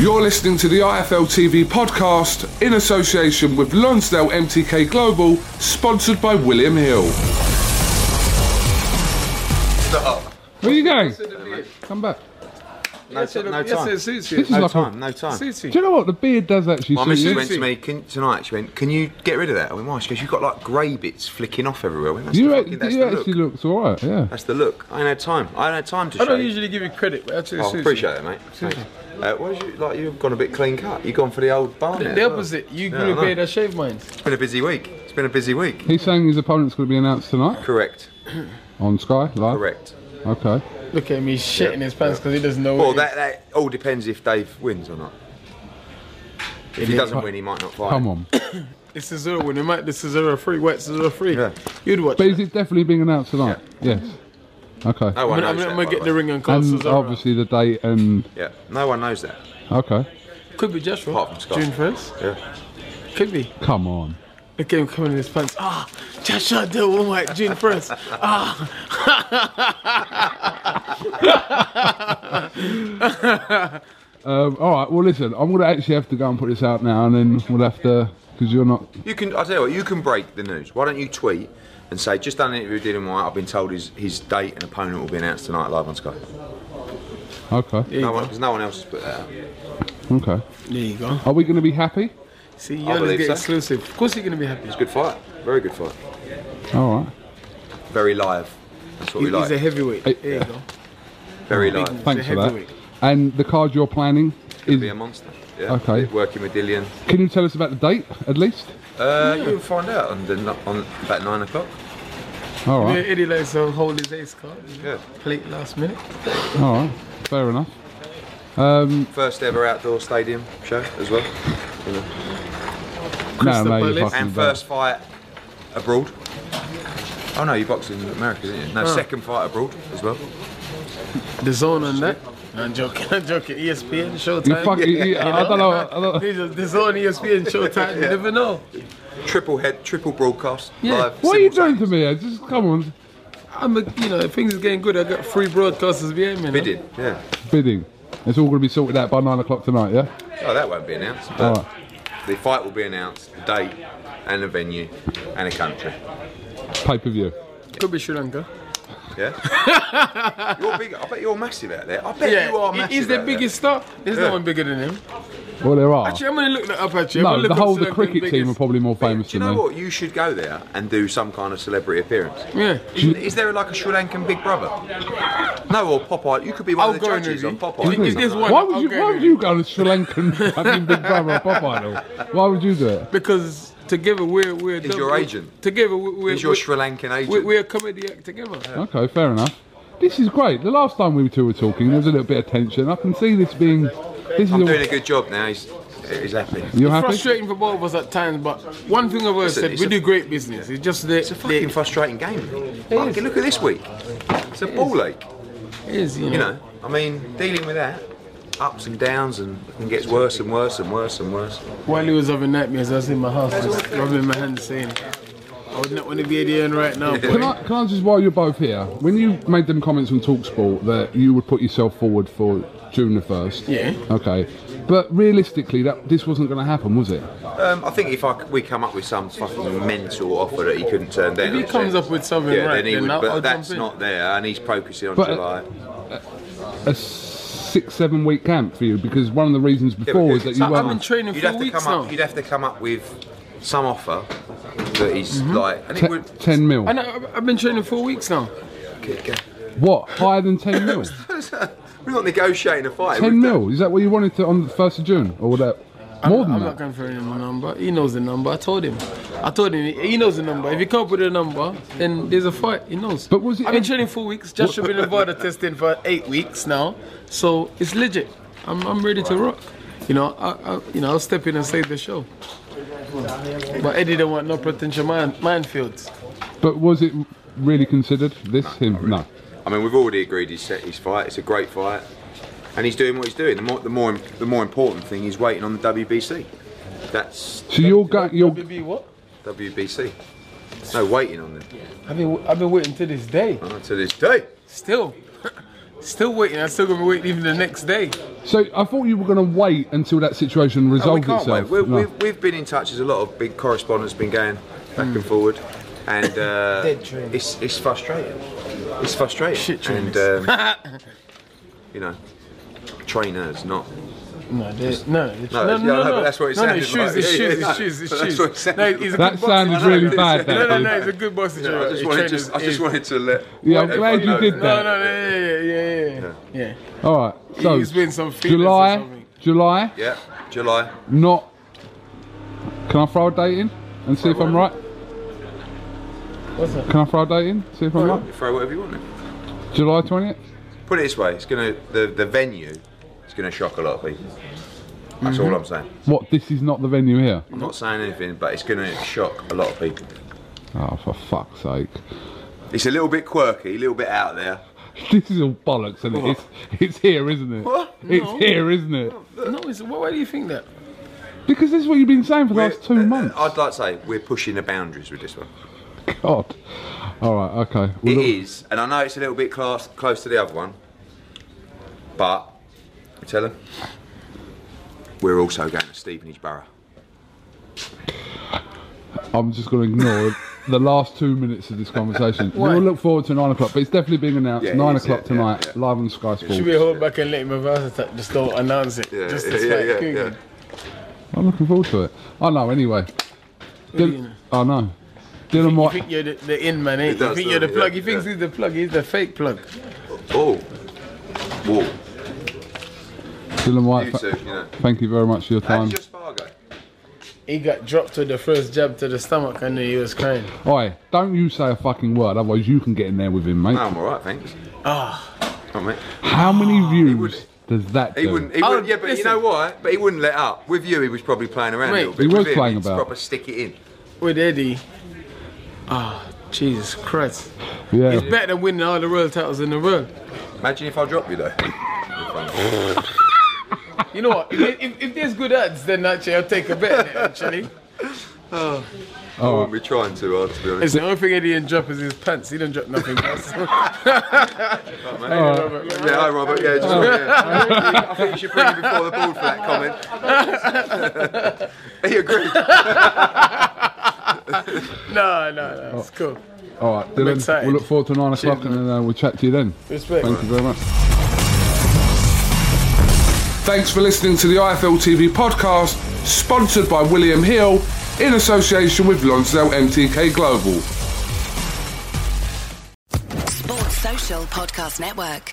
You're listening to the IFL TV podcast in association with Lonsdale MTK Global, sponsored by William Hill. Where you going? Come back. No, ti- no time. suits This is No like a- time, no time. Suits you. Do you know what? The beard does actually My suit missus you. went to me can, tonight. She went, "Can you get rid of that?" I went, "Why?" She goes, "You've got like grey bits flicking off everywhere." I went, that's You, the act- fucking, that's you the actually look. looks alright, yeah. That's the look. I ain't had time. I ain't had time to I shave. don't usually give you credit, but actually, Oh, seriously. appreciate that, mate. Thanks. Uh, what is you like? You've gone a bit clean cut. You've gone for the old barn. The, the opposite, you grew a beard, I shaved mine. It's been a busy week. It's been a busy week. He's saying his opponent's going to be announced tonight Correct. on Sky Live. Correct. Okay. Look at me shitting his pants because he doesn't know. Well, what that, that all depends if Dave wins or not. If he doesn't win, he might not fight. Come on. It's a zero win. It might be Cesaro free. Wet Cesaro free. Yeah. You'd watch. But is it definitely being announced tonight? Yes. Okay. No one I'm knows gonna, I'm gonna- I'm that. gonna by get the the way. ring and call And Cesaro. obviously the date and. Yeah. No one knows that. Okay. could be Joshua. Apart from Scott. June first. Yeah. Could be. Come on. Look at him coming in his pants. Ah, Joshua Dill one white June first. Ah. Um, all right. Well, listen, I'm going to actually have to go and put this out now, and then we'll have to because you're not. You can. I tell you what. You can break the news. Why don't you tweet and say just done an interview with Dylan White. I've been told his his date and opponent will be announced tonight live on Sky. Okay. you No one, because no one else has put that out. Okay. there you go. Are we going to be happy? See, I you're gonna believe get so. exclusive. Of course, you're gonna be happy. It's a good fight. Very good fight. All right. Very live. That's what He- we like. He's a heavyweight. Hey. There you go. Very live. Thanks for that. heavyweight. And the card you're planning is. Be a monster. Yeah. Okay. Working with Dillian. Can you tell us about the date at least? Uh, You'll find out on, the, on about nine o'clock. All Yeah, right. Eddie likes to hold his ace card. Yeah. Plate last minute. All right. Fair enough. First ever outdoor stadium show as well. No, no, Palace. you're fucking And about. first fight abroad. Oh no, you boxed in America, didn't you? No, Ah. second fight abroad as well. The zone on that. No, I'm joking. I'm joking. E ESPN, Showtime. You fucking. you- I don't know. I don't know. He's just, the zone, E ESPN, Showtime. You never know. Triple head, triple broadcast. Yeah. Live, What are you doing simultaneous. to me? Ed? Just come on. I'm a, you know, if things are getting good, I got free broadcasters behind me. no? Bidding. Yeah. Bidding. It's all going to be sorted out by nine o'clock tonight. Yeah. Oh, that won't be announced. All But right. the fight will be announced, the date, and the venue, and the country. Pay per view. Could be Sri Lanka. Yeah. you're big. I bet you're massive out there. I bet you are he- massive. he's the out biggest star. There's no Yeah. one bigger than him. Well, there are. Actually, I'm gonna look that up. Actually, I'm No, gonna look the up whole Sri the Lanka's cricket team are biggest. probably more There. famous Do you than know me. what? You should go there and do some kind of celebrity appearance. Yeah. Is, is there like a Sri Lankan Big Brother? No, or Popeye. You could be one I'll of the go in judges with Oh, on you. Popeye. Is- is this one- Why would I'll you? go Why there. would you go to Sri Lankan? I mean, Big Brother or Pop Idol. Why would you do it? Because together we're we're. He's your agent. Together we're. we're He's your we're- Sri Lankan agent. We're, we're a comedy act together. Okay, fair enough. This is great. The last time we two were talking, there was a little bit of tension. I can see this being. This is. I'm all- doing a good job now. He's, he's happy. You're happy? frustrating for both of us at times, but one thing I've always Listen, said, it's we a- do great business. It's just that It's a fucking frustrating game. Fucking look at this week. It's a ball ache. it is, you know. You know, I mean, dealing with that. ups and downs and, and gets worse and worse and worse and worse. While he was having nightmares, I was in my house, I was rubbing my hands, saying, "I would not want to be at the end right now." Yeah. boy." Can I, can I just, while you're both here, when you made them comments on Talksport that you would put yourself forward for June the 1st? Yeah. Okay. But realistically, that this wasn't going to happen, was it? Um, I think if I c we come up with some fucking mental offer that he couldn't turn down, If he I'd comes say- up with something yeah, right, then he then would. I'll- but I'll that's jump in. not there, and he's focusing on But- July. A s- six, seven week camp for you because one of the reasons Yeah, but before was it's that you up- I've been weren't. training you'd for have to weeks come up, now. You'd have to come up with some offer that is Mm-hmm. like, and it Te- would. 10 mil. And I, I've been training for weeks now. What? Higher than 10 mil? We're not negotiating a fight. 10 we've mil? Is that what you wanted to on the 1st of June? Or that? More I'm than not that? confirming the number. He knows the number. I told him. I told him he knows the number. If he can't put the number, then there's a fight. He knows. But was it- I've been training four weeks. Josh has been involved in testing for eight weeks now, so it's legit. I'm, I'm ready to rock. You know, I, I you know I'll step in and save the show. But Eddie don't want no potential mine, minefields. But was it really considered? This? him? No. I mean, we've already agreed he's set his fight. It's a great fight, and he's doing what he's doing. The more, the more, the more important thing is waiting on the WBC. That's So you're going. You're, WB what? WBC. No waiting on them I've been I've been waiting to this day. Oh, to this day. Still, still waiting. I'm still gonna be waiting even the next day. so I thought you were going to wait until that situation No, we resolved can't itself. wait. We're, No. we've, we've been in touch. There's a lot of big correspondence been going back Hmm. and forward, and uh, Dead train. it's it's frustrating. It's frustrating. Shit trains. And um, you know, trainers not. No, they- no, No, no, no, it's- yeah, no, no, no, but that's what it no, no, sounded it's shoes, like. it's Yeah, shoes, yeah, no, it's shoes, it's but that's shoes. what it sounded No, he's a That good sounded boxer. really No, no, bad, No, that no, dude. no, he's a good boxer. You know, I just He wanted trained to. I his- just wanted to let. Yeah, I'm let glad you everyone know did No, no, no, yeah, yeah, yeah, yeah, yeah. All right. So He's been some feelings or July, something. July, Yeah, July. not. Can I throw a date in and see if I'm right? What's that? Can I throw a date in? See if I'm right. Throw whatever you want. in. July 20th. Put it this way: it's gonna the the venue. It's gonna shock a lot of people. That's Mm-hmm. all I'm saying. What? This is not the venue here. I'm not saying anything, but it's gonna shock a lot of people. Oh, for fuck's sake! It's a little bit quirky, a little bit out there. This is all bollocks, and it? it's it's here, isn't it? What? It's No. here, isn't it? No, it's, why, why do you think that? Because this is what you've been saying for the last two We're- uh, months. I'd like to say we're pushing the boundaries with this one. God. All right. Okay. It Well, look- is, and I know it's a little bit close, close to the other one, but I tell them we're also going to Stevenage Borough. I'm just going to ignore the last two minutes of this conversation. We'll look forward to nine o'clock, but it's definitely being announced Yeah, it nine is, o'clock yeah, tonight, yeah, yeah. live on Sky Sports. Should we hold back and let him have a heart attack? Just don't announce it. Yeah, just yeah, as yeah, like, yeah, good, yeah. good. I'm looking forward to it. I know. Anyway, you know? Dylan, I know. Dylan You White. think you're the, the in man, eh? He does, You think you're the doesn't he? plug. He Yeah, thinks yeah. he's the plug. He's the fake plug. Oh, whoa! Dylan White. You fa- two, you know. Thank you very much for your How time. did your spa go? He got dropped with the first jab to the stomach and then he was crying. Oi, don't you say a fucking word, otherwise you can get in there with him, mate. No, I'm all right, thanks. Ah, mate. How many views would- does that He do? wouldn't. He Oh, wouldn't. Yeah, but you listen. know why? But he wouldn't let up. With you, he was probably playing around Mate, a little bit. he was With him, playing he'd about. Proper stick it in. With Eddie. Ah, Jesus Christ. yeah. It's better than winning all the world titles in the world. Imagine if I drop you though. You know what? If, if, if there's good odds, then actually I'll take a bet. on it, Actually, Oh. I wouldn't be trying too hard to be honest. it's the only thing Eddie didn't drop is his pants. He didn't drop nothing else. Yeah, hi Robert. Yeah, Oh. just, yeah. I think you should bring him before the board for that comment. he agreed. no, no, no. It's cool. All right, Dylan. excited. We'll look forward to nine o'clock, Cheers, and uh, we'll chat to you then. Respect. Thank you very much. Thanks for listening to the IFL TV podcast, sponsored by William Hill in association with Lonsdale MTK Global. Sports Social Podcast Network.